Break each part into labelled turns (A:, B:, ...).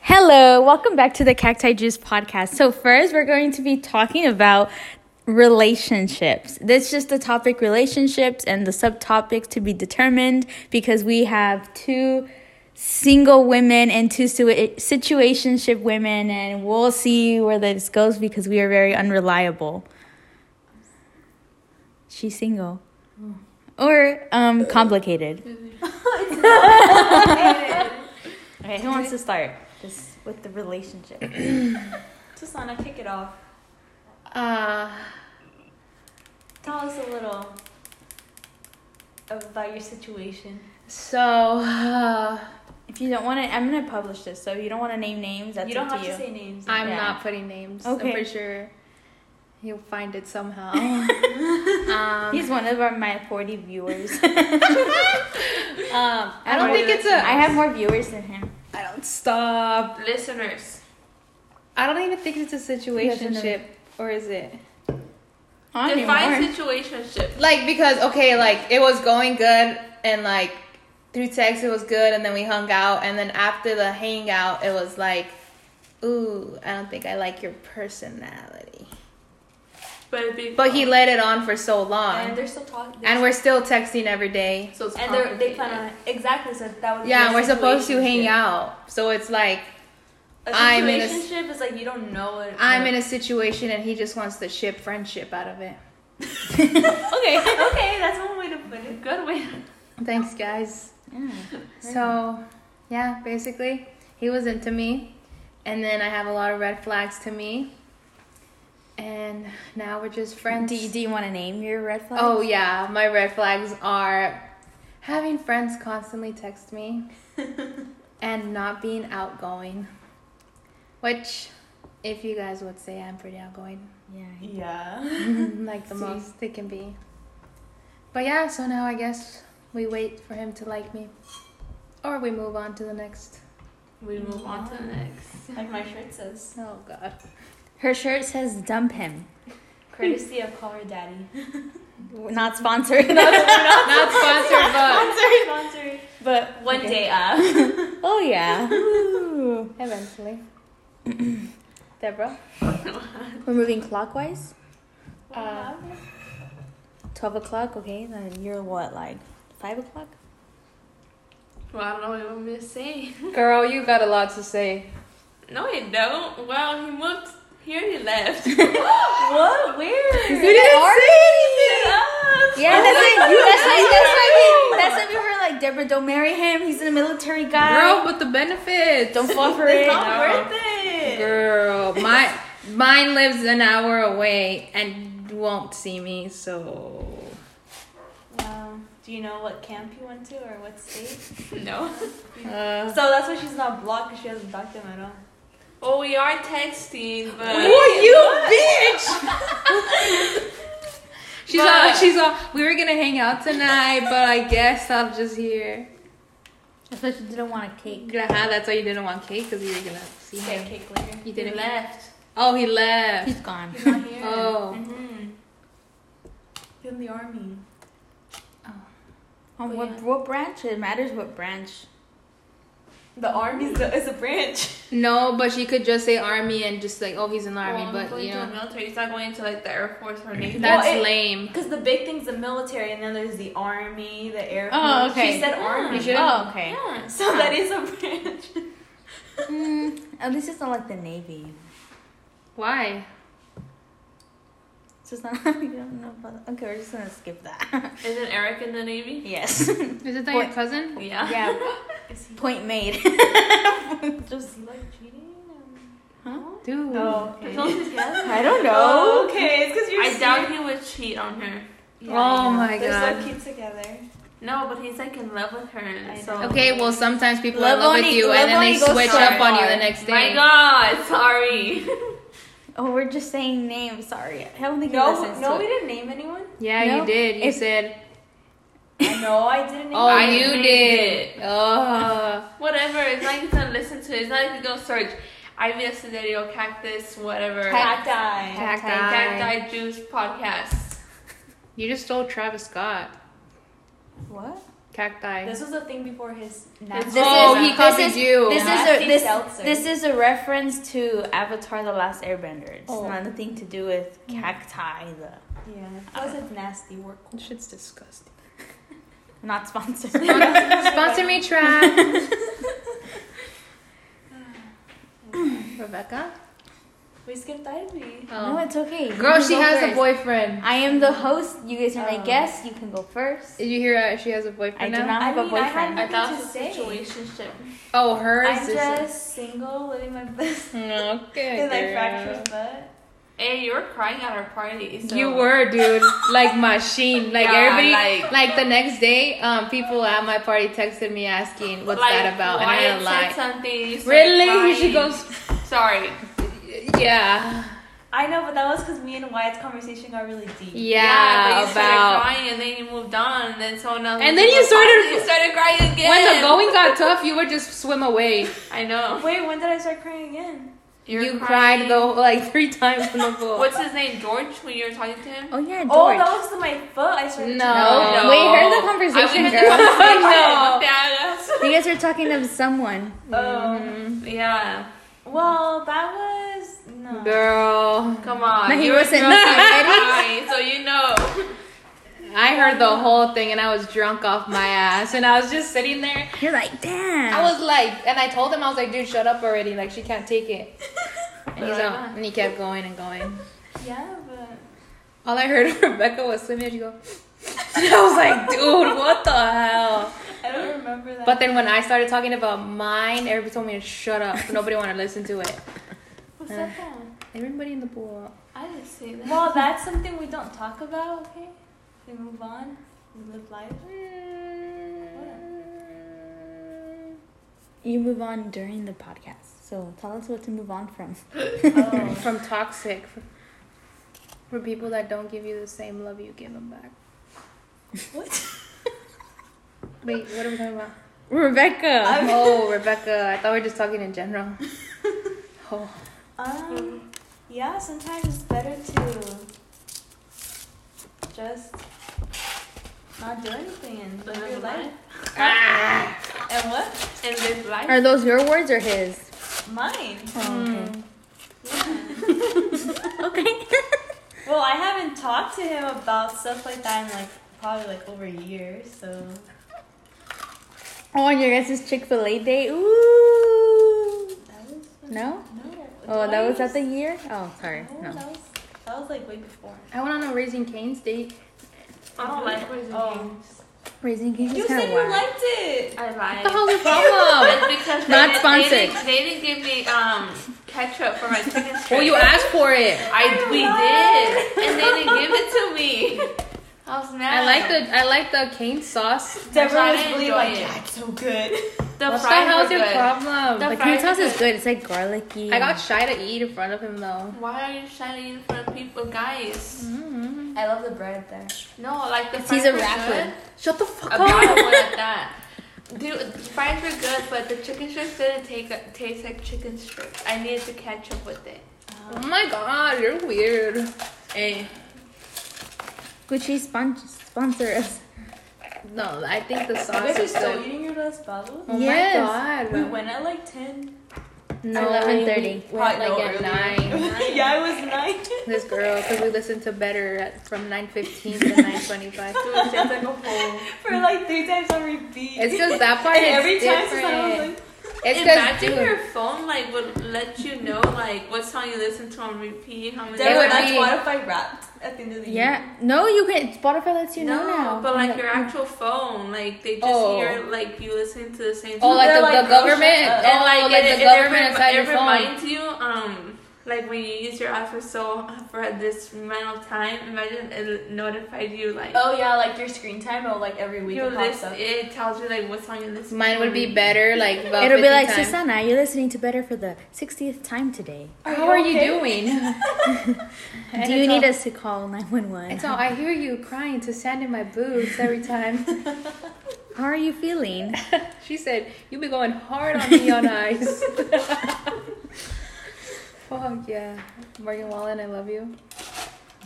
A: Hello, welcome back to the Cacti Juice podcast. So, first, we're going to be talking about relationships. This is just the topic relationships and the subtopics to be determined because we have two single women and two situa- situationship women, and we'll see where this goes because we are very unreliable. She's single. Or um, complicated. Okay, who wants to start? Just with the relationship.
B: Susana, kick it off.
C: Uh,
B: Tell us a little about your situation.
C: so uh,
A: If you don't want to, I'm gonna publish this. So if you don't want to name names, that's
B: you don't
A: up to
B: have to
A: you.
B: say names.
C: I'm
A: Yeah.
C: not putting names.
A: Okay.
C: I'm pretty sure you'll find it somehow. um,
A: He's one of our my 40 viewers.
C: um, I don't think it's a.
A: I have more viewers than him.
C: I don't stop.
D: Listeners,
C: I don't even think it's a situationship, or is it?
A: Not
D: define
A: anymore.
D: situationship.
C: Like because okay, like it was going good, and like through text it was good, and then we hung out, and then after the hangout it was like, ooh, I don't think I like your personality.
D: But, it'd be-
C: But he let it on for so long.
B: And they're still talking.
C: And we're still texting every day.
D: so it's
B: and they're, they plan
D: complicated.
B: on exactly so that would be
C: Yeah,
B: a
C: and we're supposed to hang
B: situationship.
C: out. So it's like
B: A
C: I'm in a s-
B: situationship is like you don't know it.
C: I'm in a situation and he just wants to ship friendship out of it.
B: okay. okay, that's one way to put it. Good way.
C: Thanks, guys.
A: Yeah.
C: So, yeah, basically, he was into me. And then I have a lot of red flags to me. And now we're just friends.
A: Do you, do you want to name your red flag?
C: Oh, yeah, my red flags are having friends constantly text me and not being outgoing. Which, if you guys would say, I'm pretty outgoing.
A: yeah.
B: Yeah.
C: like the most it can be. But yeah, so now I guess we wait for him to like me. Or we move on to the next.
D: We move on to the next.
B: Like my shirt says,
C: Oh god.
A: Her shirt says "dump him."
B: courtesy of Call Her Daddy.
A: Not sponsored,
C: Not sponsored but
B: Sponsored.
A: but
B: One
A: Okay.
B: day uh. up.
A: oh yeah. Ooh.
C: eventually. Deborah.
A: We're moving clockwise.
C: Uh,
A: Twelve o'clock. Okay, then you're what like five o'clock?
D: Well, I don't know what you want me to say.
C: Girl, you got a lot to say.
D: No, I don't. Well, he moved here and he left.
B: what? Ah, Where?
A: You didn't say Yeah, that's why you. That's why. That's why we. That's why we were like, Deborah, don't marry him. He's a military guy.
C: Girl, but the benefits.
A: don't fall for it.
B: Not
C: No.
B: worth it.
C: Girl, my mine lives an hour away and won't see me, so
B: Wow. Do you know what camp you went to or what state?
D: no.
C: uh,
B: So that's why she's not blocked because she hasn't blocked them at all.
D: Well, we are texting, but
C: Oh, you bitch! she's all,
D: But-
C: she's all, we were gonna hang out tonight, but I guess I'll just hear.
A: That's why she didn't want a cake.
C: Yeah, that's why you didn't want cake, because you were gonna see
B: Get
C: him.
B: cake later.
C: You
D: he
C: didn't.
D: left.
C: Oh, he left.
A: He's gone.
D: He's not here.
C: Oh.
B: Mm-hmm. In the army.
A: On
D: Oh,
A: what,
D: yeah.
A: what branch? It matters what branch.
B: The army is, the, is a branch.
C: No, but she could just say army and just like, oh, he's in the army,
D: well, he's
C: but
D: going
C: you
D: to the
C: know.
D: military. He's not going to like the air force or navy.
C: That's
B: Well, it-
C: lame.
B: Because the big thing's the military, and then there's the army, the air force.
A: Oh, okay.
B: She said
D: Yeah.
B: army.
D: You
C: should-
A: Oh, okay.
D: Yeah.
B: So that is a branch.
A: Mm, at least it's not like the navy.
C: Why?
A: It's just not. I don't know about. Okay, we're just gonna skip that.
D: Isn't Eric in the navy?
A: yes.
C: Is it that
A: What?
C: your cousin?
D: Yeah.
A: yeah.
B: is he,
A: Point made.
B: just is he like cheating?
C: Dude.
B: Oh,
D: I
B: okay.
D: told you, yes.
A: I don't
B: Oh, okay. It's because you're.
D: I doubt he would cheat on her.
C: Oh my
B: They're
C: God.
B: so cute together.
D: No, but he's like in love with her,
B: I
D: and
B: know.
D: so
C: Okay, well, sometimes people
A: Love
C: are in love with
A: only-
C: you,
A: love
C: and then they
A: only goes
C: switch
A: so
C: up on you
A: far.
C: the next day.
D: My God, sorry.
A: Oh, we're just saying names. Sorry, I don't think he
B: No,
A: listens
B: no,
A: to
B: we
A: it.
B: didn't name anyone.
C: Yeah,
A: No,
C: you did. You
A: if-
C: said,
B: no, I didn't. Name
C: "Oh,
D: I
C: you
D: made
C: did." Oh,
D: Whatever. It's not like you can listen to it. It's not like you go search IBS Sidereal Cactus, whatever.
B: Cacti.
C: Cacti.
D: Cacti Juice Podcast.
C: you just stole Travis Scott.
A: What?
C: Cacti.
B: This was a thing before his
A: This
C: oh,
A: is-
C: he
A: this
C: copied
A: is-
C: you.
A: This is a
B: Nasty
A: this,
B: seltzer.
A: this is a reference to Avatar: The Last Airbender. It's
C: Oh.
A: not nothing to do with cacti. The
B: Yeah. Plus, it's nasty work.
C: shit's disgusting.
A: not sponsored.
C: Sponsor me, track. Rebecca.
B: We skipped Ivy.
A: no, it's okay. You
C: Oh. Girl,
A: can
C: she
A: go
C: has a
A: first.
C: boyfriend.
A: I am the host. You guys are my
B: Oh.
A: guests. You can go first.
C: Did you hear? Uh, she has a
A: I
C: boyfriend
A: do
C: now.
A: not have a
B: mean, I had
A: boyfriend.
D: I thought it
B: Nothing
D: was a
B: to say.
D: situationship.
C: Oh, hers
B: I'm
C: is.
B: just single, living my best.
C: Okay.
B: Did I
C: girl.
B: fracture my butt?
D: Hey, you were crying at our party. So.
C: You were, dude, like machine. Like
D: Yeah,
C: everybody, like,
D: like-
C: the next day, um, people at my party texted me asking, "What's
D: Like,
C: that about?" And I
D: Wyatt
C: didn't
D: said
C: lie.
D: something. You started
C: Really? You should go.
D: crying. Sorry.
C: Yeah,
B: I know, but that was because me and Wyatt's conversation got really deep.
C: yeah,
D: but you started
C: about.
D: crying and then you moved on and then someone else.
C: And then you started-
D: You started crying again.
C: When the going got tough, you would just swim away.
D: I know.
B: Wait, when did I start crying again?
C: You,
D: You're
C: cried though like three times in the pool.
D: What's his name? George? When you were talking to him.
A: Oh yeah, George.
B: Oh, that was to my foot. I started.
C: No.
B: to-
D: No.
A: Wait, heard the
D: I
A: conversation,
D: wouldn't-
A: girl.
C: Oh,
D: Yeah.
A: you guys were talking of someone.
B: Oh.
D: Yeah.
B: Well, that was no.
C: no, girl.
D: Come on.
A: No, he
D: you were
A: wasn't.
D: drunk
A: No.
D: already, so you know.
C: I heard the whole thing and I was drunk off my ass and I was just sitting there.
A: You're like, damn.
C: I was like, and I told him I was like, dude, shut up already. Like she can't take it. And he's
D: But-
C: like, and he kept going and going.
B: Yeah, but
C: All I heard of Rebecca was swimming. She go. And I was like, dude, what the hell?
B: I don't remember that.
C: But then when I started talking about mine, everybody told me to shut up. Nobody wanted to listen to it.
B: Who said that?
C: Everybody in the pool.
D: I didn't say that.
B: Well, that's something we don't talk about. Okay, we move on. We live life.
A: you move on during the podcast, so tell us what to move on from.
B: Oh.
C: From toxic. For, for people that don't give you the same love you give them back.
B: What?
C: Wait, what are we talking about?
A: Rebecca.
C: oh, Rebecca. I thought we were just talking in general. Oh.
B: Um. Yeah. Sometimes it's better to just not do anything and live your life. And what?
D: And this life.
A: Are those your words or his?
B: Mine.
A: Oh, Hmm.
B: Well, I haven't talked to him about stuff like that in like probably like over a year. So
A: oh and your guys' Chick Fil A day. Ooh.
B: that was
A: No.
B: no.
A: Oh, that was
B: twice.
A: at the year. Oh, sorry.
B: No,
A: No.
B: That was, that was like way before.
C: I went on a Raising Cane's date.
D: I don't like raising
B: Oh.
A: Raising Cane's
B: You
A: is
B: said
A: kind of
B: you
A: wild.
B: liked it.
D: I
C: What the
D: lied.
C: hell's your problem?
D: But because they
A: Not
D: didn't-
A: sponsored.
D: They didn't, they didn't give me um ketchup for my chicken strips.
C: well, Oh, you asked for it.
D: I we did, and they didn't give it to me. I was mad.
C: I like the I like the cane sauce.
B: Deborah
D: I
B: was
D: enjoy
B: really like,
D: it.
B: yeah, it's so good.
D: the
C: What's the
D: fries
C: hell's
D: were
C: your
D: good.
C: problem?
D: The
A: The
D: fries
A: cream sauce
D: were
A: is
D: good.
A: good. It's like garlicky.
C: I got shy to eat in front of him though.
D: Why are you shining in front of people, guys?
B: I love the bread there.
D: No, like the fries
A: He's a
D: were
A: rapper.
D: good.
A: Shut the fuck
D: A bottle one at that. Dude, the fries were good, but the chicken strips didn't take, taste like chicken strips. I needed to catch up with it.
C: Oh my god, you're weird. Eh,
D: Hey.
A: Gucci spon- sponsor us.
C: No, I think the
B: You
C: sauce
B: guys are
C: is
B: still
C: good.
B: eating your last bubble?
C: Oh
A: Yes.
C: my god.
B: We went at like 10.
A: No.
C: Eleven
A: 11:30.
C: thirty. Like
B: Probably
C: at
B: no,
C: nine.
B: yeah, it was 9.
C: This girl, because we listened to better at, from nine fifteen to nine twenty five.
D: Dude, just like a whole.
B: For like three times on repeat.
C: It's because that part
B: and
C: is
B: every time since I was
C: different.
B: like,
C: It's
D: Imagine
C: because
D: your phone like would let you know like what song you listen to on repeat, how many.
C: They
B: Deborah,
C: would
B: that's
C: be-
B: Spotify wrapped at the end of the year.
A: Yeah. No, you can. Spotify lets you know now.
D: but like your actual phone, like they just
C: Oh.
D: hear like you listening to the same.
C: oh,
D: song.
C: like the,
B: They're like,
C: the
B: girl, shut
C: government.
B: up.
C: Oh, like,
D: it,
C: the
D: it
C: government
D: rem-
C: inside your
D: it
C: phone.
D: reminds you, um, like when you use your app for so for this amount of time. Imagine it notified you like
B: Oh, yeah, like your screen time, oh, like every week
D: you
B: it pops
D: listen.
B: up.
D: It tells you like what song you listen.
C: Mine
D: to
C: would
D: on
C: be
D: repeat.
C: better. Like about
A: It'll be
C: 50
A: like,
C: times.
A: Susanna, you're listening to Better for the 60th time today.
C: How are you
B: okay?
C: doing?
A: Do you need us to call 911?
C: So I hear you crying to sand in my boots every time.
A: How are you feeling?
C: she said, "You be going hard on me on ice." Fuck yeah, Morgan Wallen, I love you.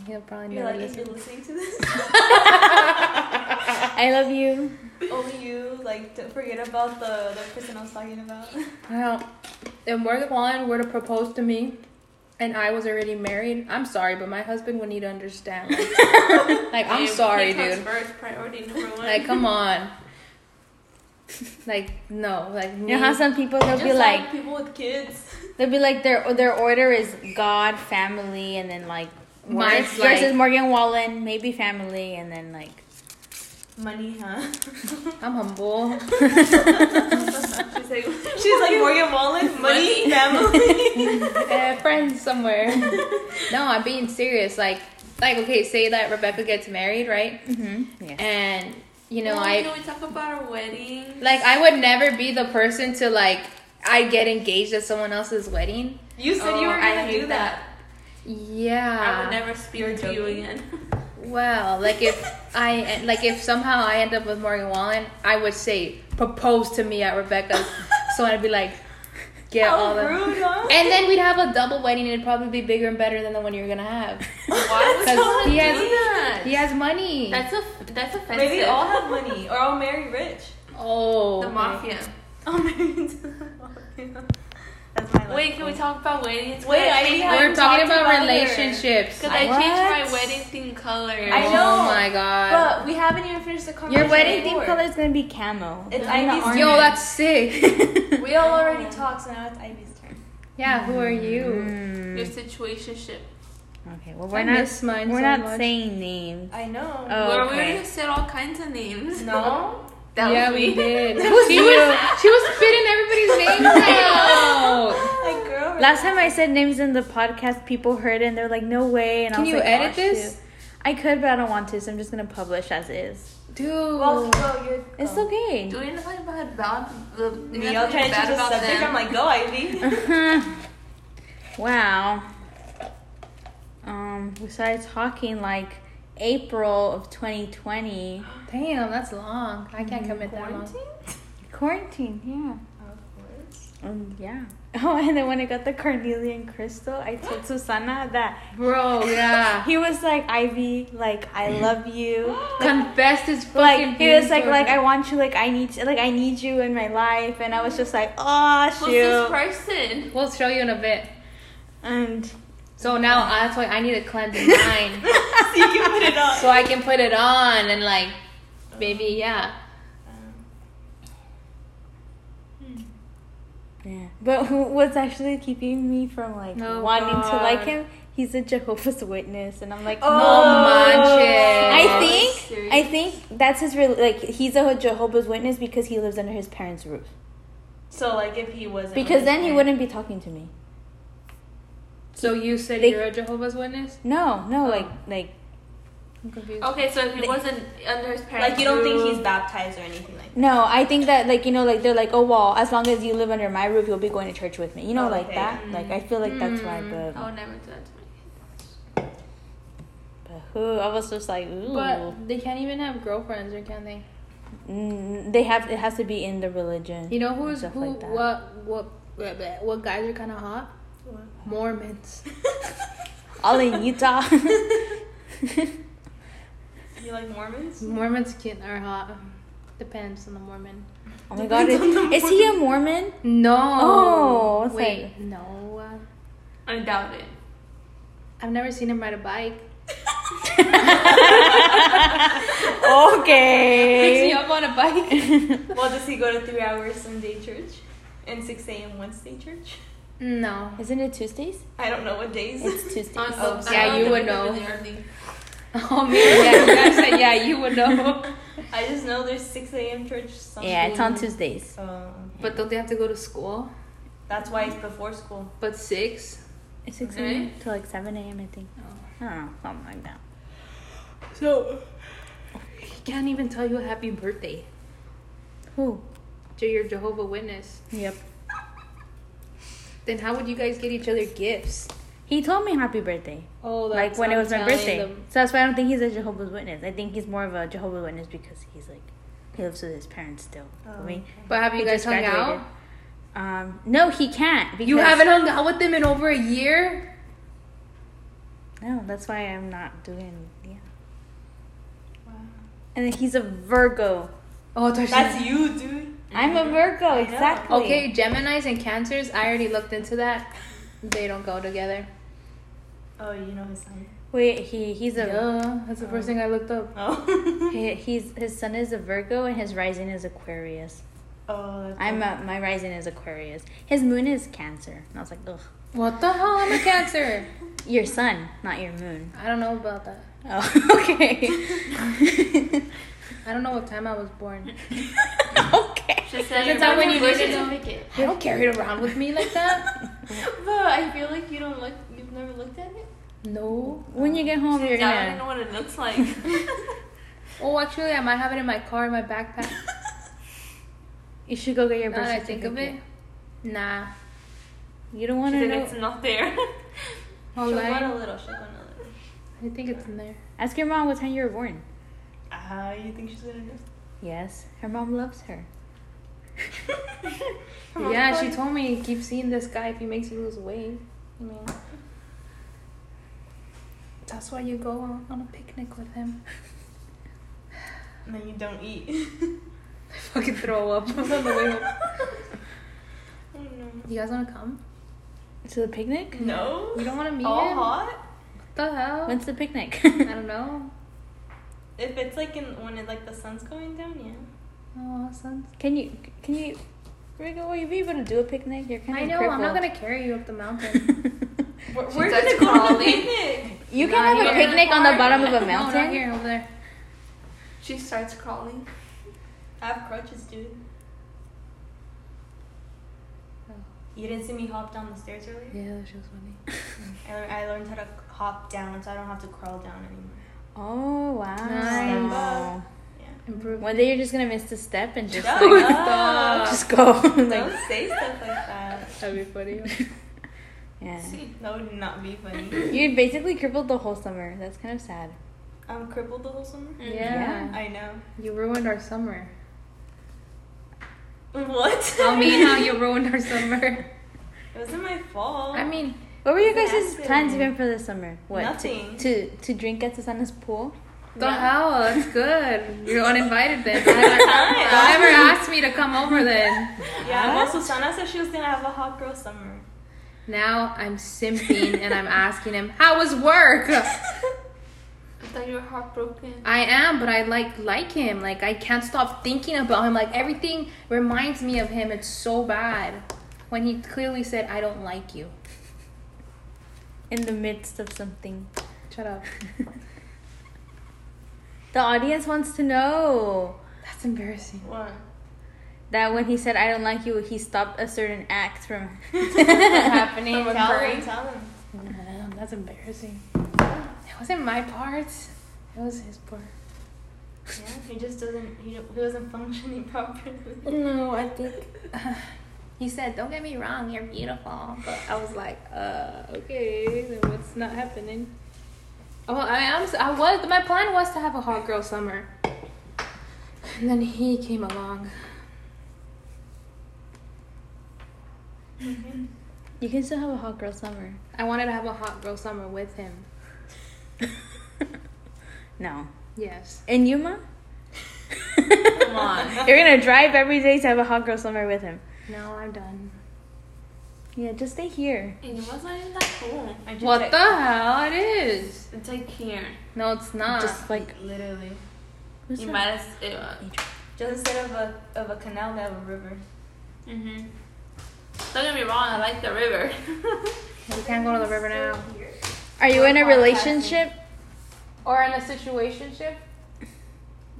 C: He'll probably
B: You're
C: never
B: like, if
C: listen.
B: you're listening to this,
A: I love you.
B: Only you, like, don't forget about the, the person I was talking about.
C: Well, if Morgan Wallen were to propose to me and I was already married, I'm sorry, but my husband would need to understand. Like, like, I'm
D: Babe,
C: sorry,
D: he comes
C: dude.
D: First priority number one.
C: Like, come on. Like, no. Like, me.
A: You know how some people they'll be
B: Just
A: like,
B: people with kids.
A: they'll be like their their order is God, family, and then like
C: Mine's
A: versus
C: like-
A: Morgan Wallen, maybe family, and then like
B: Money, huh?
C: I'm humble.
D: She's like,
B: She's like Morgan Wallen, money,
D: Money.
B: family.
C: Eh, friends somewhere. no, I'm being serious. Like, like okay, say that Rebecca gets married, right?
A: mm-hmm. yeah.
C: And you know,
D: well,
C: I
D: you know, we talk about our wedding.
C: like I would never be the person to like I get engaged at someone else's wedding.
B: you said
D: Oh,
B: you were
D: I
B: gonna
D: hate
B: do that.
C: Yeah.
D: I would never speak
B: You're
D: to you
B: joking.
D: again.
C: Well, like if I like if somehow I end up with Morgan Wallen, I would say propose to me at Rebecca's. so I'd be like, get all
B: How
C: the.
B: rude, huh?
C: And then we'd have a double wedding, and it'd probably be bigger and better than the one you're gonna have.
D: Why would
C: 'Cause
D: you want to
C: he
D: do
C: has-
D: that?
C: He has money.
D: That's a that's offensive.
B: Maybe they all have money, or I'll marry rich.
C: oh,
D: the
C: okay.
D: mafia.
B: I'll marry into the mafia. That's my life.
D: Wait, can we talk about weddings?
B: Wait, I
D: changed
B: haven't
D: my-
C: We're talking
B: talked
C: about,
B: about it.
C: relationships.
D: Cause I changed my
A: What?
D: wedding theme color.
B: I know.
C: Oh my god.
B: But we haven't even finished the
A: Your
B: conversation.
A: wedding theme
B: before.
A: color is gonna be camo.
B: It's
A: Not
B: Ivy's
A: orange.
C: Yo, that's sick.
B: We all already talked, so now it's Ivy's turn.
C: yeah, who are you?
D: Your
A: Mm.
D: situationship.
A: Okay, well we're
C: I
A: not
C: miss mine
A: we're
C: so
A: not
C: much.
A: saying names.
B: I know.
A: Oh,
D: Where we
A: okay.
D: already said all kinds of names.
B: No?
D: That
C: yeah,
D: was
C: we
D: me.
C: did. she was she was spitting everybody's names out.
B: Like, girl.
A: Last time I said names in the podcast, people heard it and they're like, "No way!" And I
C: Can
A: was
C: you
A: like,
C: edit
A: "Oh,
C: this?
A: shoot." I could, but I don't want to, so I'm just gonna publish as is.
C: Dude. oh.
B: Well, go, you're.
A: It's
B: go.
A: okay.
D: Do we not talk about about the
B: Me, I'll try to change the subject. I'm like, go, Ivy.
A: wow. Um, we started talking like April of 2020.
C: Damn, that's long. I can't
A: Mm-hmm.
C: commit that long.
A: Quarantine, yeah.
B: Of course.
A: Um, yeah. Oh, and then when I got the Carnelian crystal, I told Susana that
C: Bro, yeah.
A: he was like, Ivy, like, I love you.
C: Confessed his fucking
A: Like he was like
C: feelings
A: like I
C: to
A: want you like I need like I need you in my life and I was just like oh
D: who's this
A: shoot
D: person?
C: her. We'll show you in a bit.
A: and
C: So now that's why I need to cleanse mine
B: so you can put it on.
C: so I can put it on and like maybe yeah.
A: Yeah. But who what's actually keeping me from like
C: Oh,
A: wanting to
C: God.
A: like him? He's a Jehovah's Witness, and I'm like,
B: Oh.
A: no.
C: manches.
D: Oh,
A: I
D: Seriously?
A: think I think that's his real like he's a Jehovah's Witness because he lives under his parents' roof.
B: So, like, if he wasn't.
A: Because
B: with
A: then
B: his
A: he
B: parents-
A: wouldn't be talking to me.
C: So you said
A: They-
C: you're a Jehovah's Witness?
A: No, no,
C: Oh.
A: like like
C: I'm confused.
A: Oh.
D: Okay, so if he wasn't under his parents,
B: Like, you don't think
D: roof-
B: he's baptized or anything like
A: no, I think that like you know like they're like oh well as long as you live under my roof you'll be going to church with me you know
B: Oh,
A: like
B: okay.
A: that like I feel like that's why
C: Mm.
A: but,
D: I would never do that to my kids.
A: but who I was just like ooh
C: But they can't even have girlfriends, or can they?
A: Mm, they have it has to be in the religion
C: You know who's
A: Stuff
C: who?
A: like that.
C: what what blah, blah, what guys are kind of hot?
B: What?
C: Mormons.
A: all in Utah.
B: that? You like Mormons?
C: Mormons can are hot. Depends on the Mormon.
A: Oh my god, is, is he a Mormon?
C: No.
A: Oh, it's
C: wait, no.
D: I doubt it.
C: I've never seen him ride a bike. Picks
A: Okay.
C: me up on a bike.
B: Well, does he go to three hours Sunday church and 6 a.m. Wednesday church?
C: no.
A: Isn't it Tuesdays?
B: I don't know what days.
A: It's Tuesdays.
D: On
B: Oh,
D: the-
C: yeah,
D: on
C: you
D: the
C: would
D: river
C: know.
D: really early.
C: Oh man, yeah, you guys said yeah. You would know.
B: I just know there's 6 a.m. church. Sunday.
A: Yeah, it's on Tuesdays.
B: So
C: But don't they have to go to school?
B: that's why it's before school.
C: But six.
A: It's 6
D: Okay.
A: a.m. to like 7 a.m. I think. Oh, something like that.
C: So. He can't even tell you a happy birthday.
A: Who?
C: to your Jehovah Witness.
A: Yep.
C: Then how would you guys get each other gifts?
A: He told me happy birthday.
C: Oh,
A: like when it was my
C: telling
A: birthday.
C: them.
A: So that's why I don't think he's a Jehovah's Witness. I think he's more of a Jehovah's Witness because he's like, he lives with his parents still. I
B: Oh,
A: mean,
C: But have you
A: he
C: guys
A: just
C: hung
A: graduated.
C: out?
A: Um, no, he can't. Because
C: You haven't hung out with them in over a year.
A: No, that's why I'm not doing. Yeah.
B: Wow.
A: and then he's a Virgo.
C: Oh, Toshina.
B: That's you, dude.
A: I'm a Virgo,
B: know.
A: exactly.
C: Mm-hmm. Okay, Geminis and Cancers. I already looked into that. They don't go together.
B: Oh, you know his sign.
A: Wait, he he's a
C: Yeah, uh, that's the first thing I looked up.
B: Oh.
A: he, he's his sun is a Virgo and his rising is Aquarius.
B: oh, that's
A: I'm a, my rising is Aquarius. His moon is Cancer, and I was like, ugh,
C: What the hell? I'm a Cancer.
A: your sun, not your moon.
C: I don't know about that.
A: Oh, okay.
C: I don't know what time I was born.
A: okay.
D: She said
C: Is that when you
D: never
C: needed
D: looked at it.
C: I don't carry it around with me like that.
D: Bro, I feel like you don't look. You've never looked at it.
C: No.
A: When you get home, you're
D: Now I don't
A: gonna.
D: know what it looks like.
C: Oh, actually, I might have it in my car, in my backpack.
A: You should go get your
C: Now
A: birth
C: that I
A: certificate.
C: think of it, nah.
A: You don't want to
D: Then
A: know.
D: it's not there.
C: All
B: She'll
C: right.
B: go on a little. She'll go on a little.
C: I think it's in there.
A: Ask your mom what time you were born.
B: Ah, you think she's gonna know?
A: Yes, her mom loves her.
C: yeah, she told me keep seeing this guy if he makes you lose weight. I mean, that's why you go on on a picnic with him.
B: And then you don't eat.
C: I fucking throw up on the way home.
B: oh no.
C: You guys wanna come?
A: To the picnic?
B: No.
C: You don't wanna meet
B: All
C: him?
B: hot.
C: What the hell?
A: When's the picnic?
C: I don't know.
B: If it's like in when it like the sun's going down, yeah.
C: Oh, son.
A: can you can you Rigo, will you be able to do a picnic? You're kind of
C: I know. I'm not gonna carry you up the mountain.
B: We're,
D: She
B: we're gonna
D: starts
B: go on a
D: crawling.
B: picnic.
A: You
C: Not
A: can have a
C: here.
A: picnic on the bottom of a
C: No, not
A: mountain.
C: here, over there.
D: she starts crawling.
B: I have crutches, dude.
C: Oh.
B: You didn't see me hop down the stairs earlier.
C: Yeah, that was funny.
B: I, learned, I learned how to hop down, so I don't have to crawl down anymore.
A: oh wow!
B: Nice. Yeah.
C: Improve.
A: One day you're just gonna miss the step and just
B: Shut
A: like,
B: up.
A: just go. like,
B: Don't say stuff like that.
C: That'd be funny.
A: yeah.
B: That would not be funny.
A: You basically crippled the whole summer. That's kind of sad.
B: I'm crippled the whole summer.
D: Mm.
C: yeah.
B: I know.
C: You ruined our summer.
B: What?
C: Tell me how you ruined our summer.
B: It wasn't my fault.
C: I mean,
A: What were your
B: It's an
A: guys' plans
B: accident.
A: even for the summer? What? to-
B: Nothing.
A: To, to drink at Susanna's pool?
C: the
B: Yeah.
C: hell? That's good. You're uninvited then. Don't ever, don't ever ask me to come over then.
B: Yeah, well, Susana said she was gonna have a hot girl summer.
C: Now I'm simping and I'm asking him, how was work?
D: I thought you were heartbroken.
C: I am, but I like like him. Like I can't stop thinking about him. Like everything reminds me of him. It's so bad. When he clearly said, I don't like you.
A: In the midst of something.
C: Shut up.
A: The audience wants to know
C: That's embarrassing.
B: What?
A: that when he said, I don't like you, he stopped a certain act from.
C: happening.
B: Tell them, tell them.
C: Um, that's embarrassing. It wasn't my part. It was his part.
B: Yeah, he just doesn't. He, don't- he wasn't functioning properly.
C: No, I think he said, "Don't get me wrong, you're beautiful," but I was like, "Uh, okay, then what's not happening?" Oh, I am. I was. My plan was to have a hot girl summer, and then he came along.
A: You can still have a hot girl summer.
C: I wanted to have a hot girl summer with him.
A: no.
C: Yes.
A: In Yuma?
D: Come on.
A: You're gonna drive every day to have a hot girl summer with him.
C: No, I'm done.
A: Yeah, just stay here.
D: And it wasn't even that cool.
B: I just,
C: What
B: like,
C: the hell? It is.
D: It's like here.
C: No, it's not.
A: Just like
B: Literally.
A: who's
D: you
A: that?
D: might as uh,
B: Just instead of a of a canal, they have a river.
D: hmm Don't get me wrong, I like the river.
C: we can't go to the river now.
A: Are you in a relationship?
C: Or in a situationship?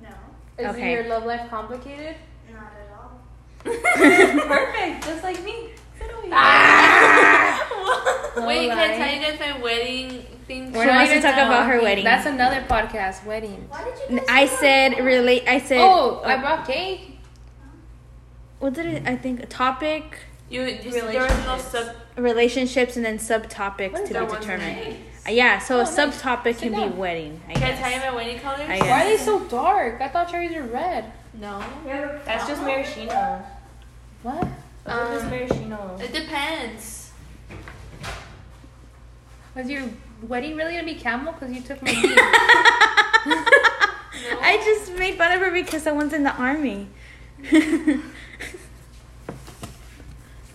E: No,
C: Is
A: Okay.
C: your love life complicated?
E: not at all.
B: Perfect, just like me. Sit over here.
D: Wait, can I
C: Alright.
D: tell you guys my wedding thing?
A: We're She not wants to
C: even
A: talk
C: talking-
A: about her wedding.
C: That's another podcast, wedding.
E: Why did you?
A: N-
E: guys
A: I
E: do that?
A: said relate. I said. uh,
C: Oh, I brought cake.
A: what did it, I think? Topic,
D: You, you there was no sub.
A: relationships, and then subtopics to
D: There
A: be
D: was
A: determined.
D: none.
A: Uh, Yeah, so
C: Oh,
A: a
C: nice.
A: subtopic
C: Sit
A: can
C: down.
A: be wedding. I
D: Can I tell you
A: guess.
D: my wedding colors?
A: I guess.
C: Why are they so dark? I thought cherries are red.
D: No.
E: We have a
B: That's just
E: problem?
B: maraschino.
C: What?
B: Those are just
D: Um,
B: maraschino.
D: It depends.
C: Was your wedding really gonna be camel? Because you took my meat.
A: I just made fun of her because someone's in the army.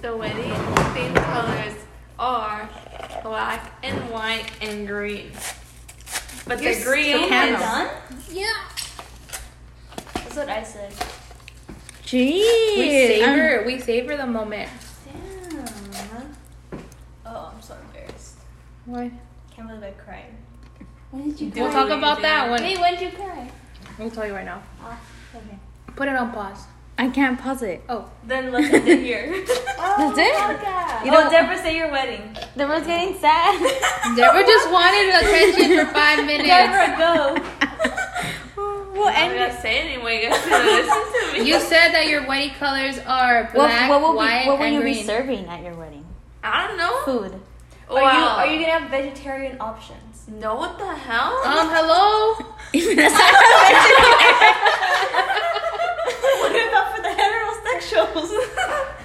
D: The wedding theme colors are black and white and green. But the green
B: You're
D: is
B: done?
C: Yeah.
B: That's what I said.
A: Jeez.
C: We
A: Um,
C: savor. we savor the moment.
B: Damn. Oh, I'm so embarrassed.
C: What?
B: Can't believe I cried.
D: When did you
C: We'll talk about that one.
B: when did you cry?
C: We'll tell you right now.
B: Ah, okay.
C: Put it on pause.
A: I can't pause it.
C: Oh,
B: Then let's end it here.
A: That's it?
B: you
A: You
B: know,
A: don't-
B: Deborah, say your wedding.
A: Deborah's getting sad.
C: Deborah just wanted attention for five minutes.
B: Deborah, go.
A: we'll
D: I'm
A: end
D: gonna say it anyway. You guys gonna listen to me.
C: You said that your wedding colors are
A: What,
C: black,
A: what will,
C: white,
A: be, what will
C: and
A: you
C: green.
A: be serving at your wedding?
D: I don't know.
A: Food.
B: Are you
D: Wow.
B: are you gonna have vegetarian options?
D: No, what the hell?
C: um, hello.
B: what about for the heterosexuals?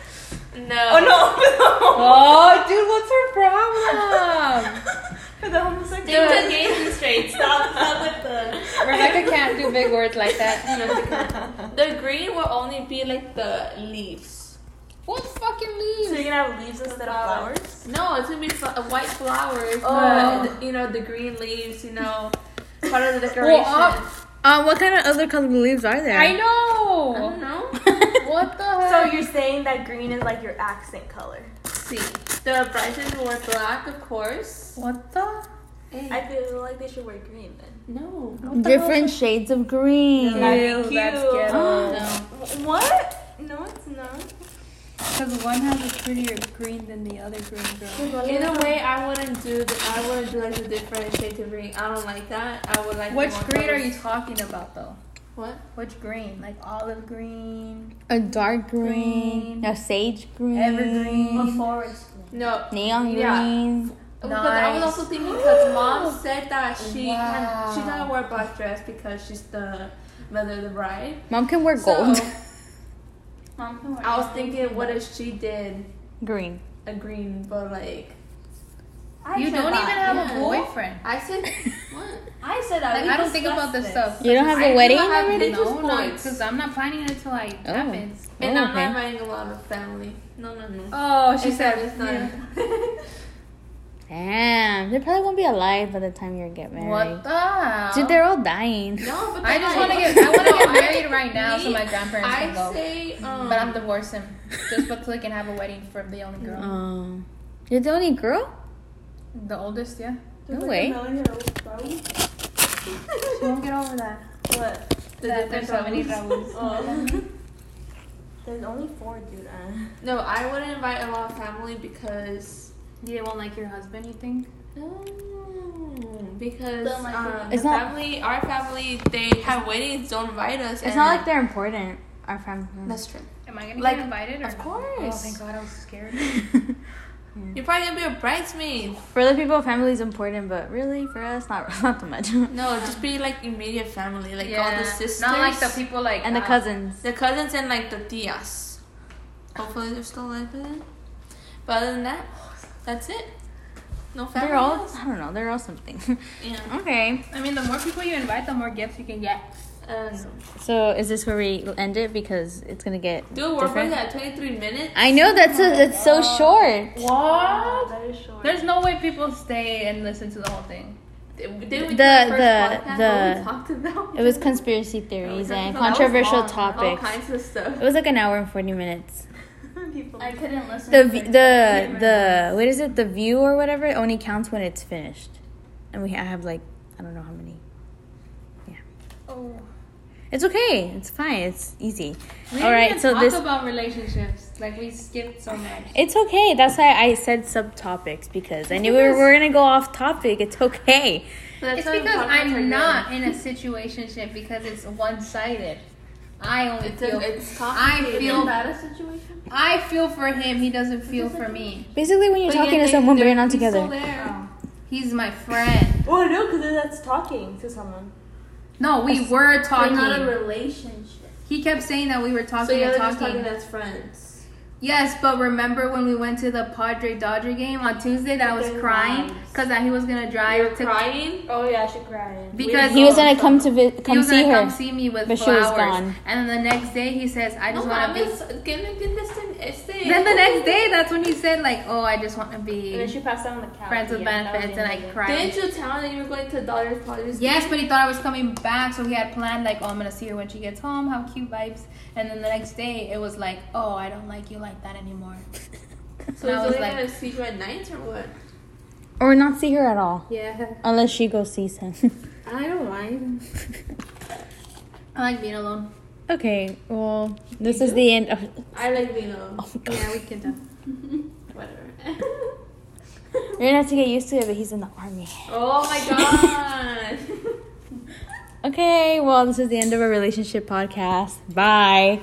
D: no.
B: oh no!
C: Oh, dude, what's her problem?
B: for the homosexuals.
D: Think the gays and straights.
B: Stop, stop with the.
C: Rebecca can't do big words like that.
D: The green will only be like the leaves.
C: What fucking
B: So
C: leaves?
B: you're gonna have leaves instead of flowers?
D: No, it's gonna be fl- uh, white flowers.
B: Oh.
D: but, you know the green leaves. You know, part of the decoration.
C: Well, uh,
A: Uh, what kind of other colored leaves are there?
C: I
D: I
C: know.
D: don't know.
C: What the hell?
B: So you're saying that green is like your accent color?
D: See, the bridesmaids wore black, of course.
C: What the?
B: I feel like they should wear green then.
D: No.
A: Different shades of green.
C: Ew,
B: Cute.
C: that's ghetto. no.
B: What? No, it's not.
C: Because one has a prettier green than the other green girl.
D: In a way, I wouldn't do. The, I wouldn't do like the different shades of green. I don't like that. I would like.
C: Which
D: more
C: green are
D: colors.
C: you talking about though?
D: What?
C: Which green? Like olive green,
A: A dark green,
C: Green.
A: a sage green,
C: evergreen.
B: forest.
D: No.
A: neon
D: Yeah.
A: green.
D: Because I
C: Nice.
D: was also thinking because mom said that she
C: Wow.
D: can, she gotta wear a black dress because she's the mother of the bride.
A: Mom can wear gold.
D: So, I was thinking, what if she did
A: green.
D: a green, but like
C: You don't even have a
D: Yeah.
C: boyfriend.
D: I said, what?
B: I said that.
C: Like,
B: we
C: I don't think about this
B: discussed
C: stuff.
A: You don't have a
D: I
A: wedding?
D: do have religious
C: no, no,
D: points,
C: because I'm not planning it until like
A: Oh.
C: happens.
D: and
A: Oh,
D: I'm
A: okay.
D: not inviting a lot of family. No, no, no.
C: Oh, she
D: Except
C: said
D: it's not.
A: Damn, they probably won't be alive by the time you get married.
C: What the? hell?
A: Dude, they're all dying.
D: No, but
C: I
D: then
C: just want to get. I want to get married right now so my grandparents
D: I
C: can go.
D: say, um,
C: but I'm divorcing just but so they can have a wedding for the only girl,
A: Um, you're the only girl?
C: the oldest. Yeah,
A: No way.
C: she won't get over that.
B: What?
D: the
C: that there's so
D: different
C: many
D: families.
C: Raul's.
B: Oh. There's only four, dude. Uh.
D: No, I wouldn't invite a lot of family because
C: You won't like your husband, you think?
D: Mm, because
B: Don't like
D: um,
A: it. It's
D: the
A: not-
D: family, our family, they have weddings, don't invite us.
A: It's not like they're important. Our family.
D: that's true.
C: Am I gonna
D: Like,
C: get invited? Or
D: Of
C: no?
D: course,
C: Oh, thank God, I was scared.
D: you're probably gonna be a bridesmaid.
A: For other people, family is important, but really, for us, not not too much.
D: No, just be like immediate family, like all the sisters,
C: Not like the people like
A: And the
C: uh,
A: cousins.
D: the cousins, and like the tias. Hopefully, they're still alive by then. But other than that, that's it. No family.
A: They're all,
D: else.
A: I don't know, they're all something.
D: Yeah.
A: okay.
C: I mean, the more people you invite, the more gifts you can get.
D: Um,
A: So, is this where we end it? Because it's gonna get.
D: dude, we're
A: different?
D: only at 23 minutes.
A: I know that's a, that's so short.
B: Wow, that is short.
C: There's no way people stay and listen to the whole thing.
D: Did we do
A: The-
D: our first
A: the-
D: podcast?
A: the-
D: What we talked about?
A: It was conspiracy theories and controversial
D: Oh,
A: topics.
D: All kinds of stuff.
A: It was like an hour and forty minutes.
B: people.
E: I couldn't listen.
A: The v- the the what is it? The view or whatever it only counts when it's finished, and we I have like I don't know how many.
C: Oh.
A: It's okay. It's fine. It's easy.
C: We
A: All
C: didn't
A: right.
C: even
A: So
C: talk
A: this
C: about relationships. Like we skipped so much.
A: it's okay. That's why I said subtopics because I knew we were, we were gonna go off topic. It's okay.
D: That's
C: it's
D: why
C: because
D: podcasts are good.
C: I'm not in a situationship because it's one sided. I only
D: It's,
C: feel.
D: a, it's
C: I
D: complicated.
C: feel.
E: a situation?
C: I feel for him. He doesn't feel for me.
A: Basically, when you're
D: But
A: talking
D: yet
A: to
D: they-
A: someone but
D: they're-
A: you're not
D: he's
A: together.
D: Still there.
C: He's my friend.
B: Oh no, because that's talking to someone.
C: No, we were
E: We're not a
C: talking.
E: relationship.
C: He kept saying that we were talking
D: So you're
C: and
D: just talking
C: talking.
D: as friends.
C: Yes, but remember when we went to the Padre Dodger game on Tuesday that I was
D: Their
C: crying
D: lives.
C: because he was gonna drive
D: You're
C: to
D: crying.
B: Oh yeah, she cried.
C: because
A: He was gonna come to vi-
C: he
A: come
C: was
A: see
C: gonna come
A: her.
C: see me with
A: but she was
C: flowers.
A: gone.
C: And then the next day he says, I
D: No
C: just wanna be
D: mames, que me entiendes este.
C: Then the next day that's when he said like, Oh, I just wanna
B: And then
C: be
B: she passed out on the couch.
C: friends with
B: Yeah, that was
C: benefits
B: the end
C: and
B: of
C: I
B: it.
C: cried.
D: Didn't you tell him that you were going to daughter's father's?
C: Yes, but he thought I was coming back, so he had planned like, oh, I'm gonna see her when she gets home. How cute vibes! And then the next day, it was like, oh, I don't like you like that anymore.
D: So
C: And
D: he's
C: I
D: only
C: was like-
D: gonna see you at night or what?
A: Or not see her at all.
C: Yeah,
A: Unless she goes sees him.
C: I don't mind. I like being alone.
A: okay, well, this is the end. Of-
D: I like being alone.
A: oh my god.
C: Yeah, we can talk.
D: Whatever.
A: You're gonna have to get used to it, but he's in the army.
D: oh my god.
A: Okay, well, this is the end of our relationship podcast. Bye.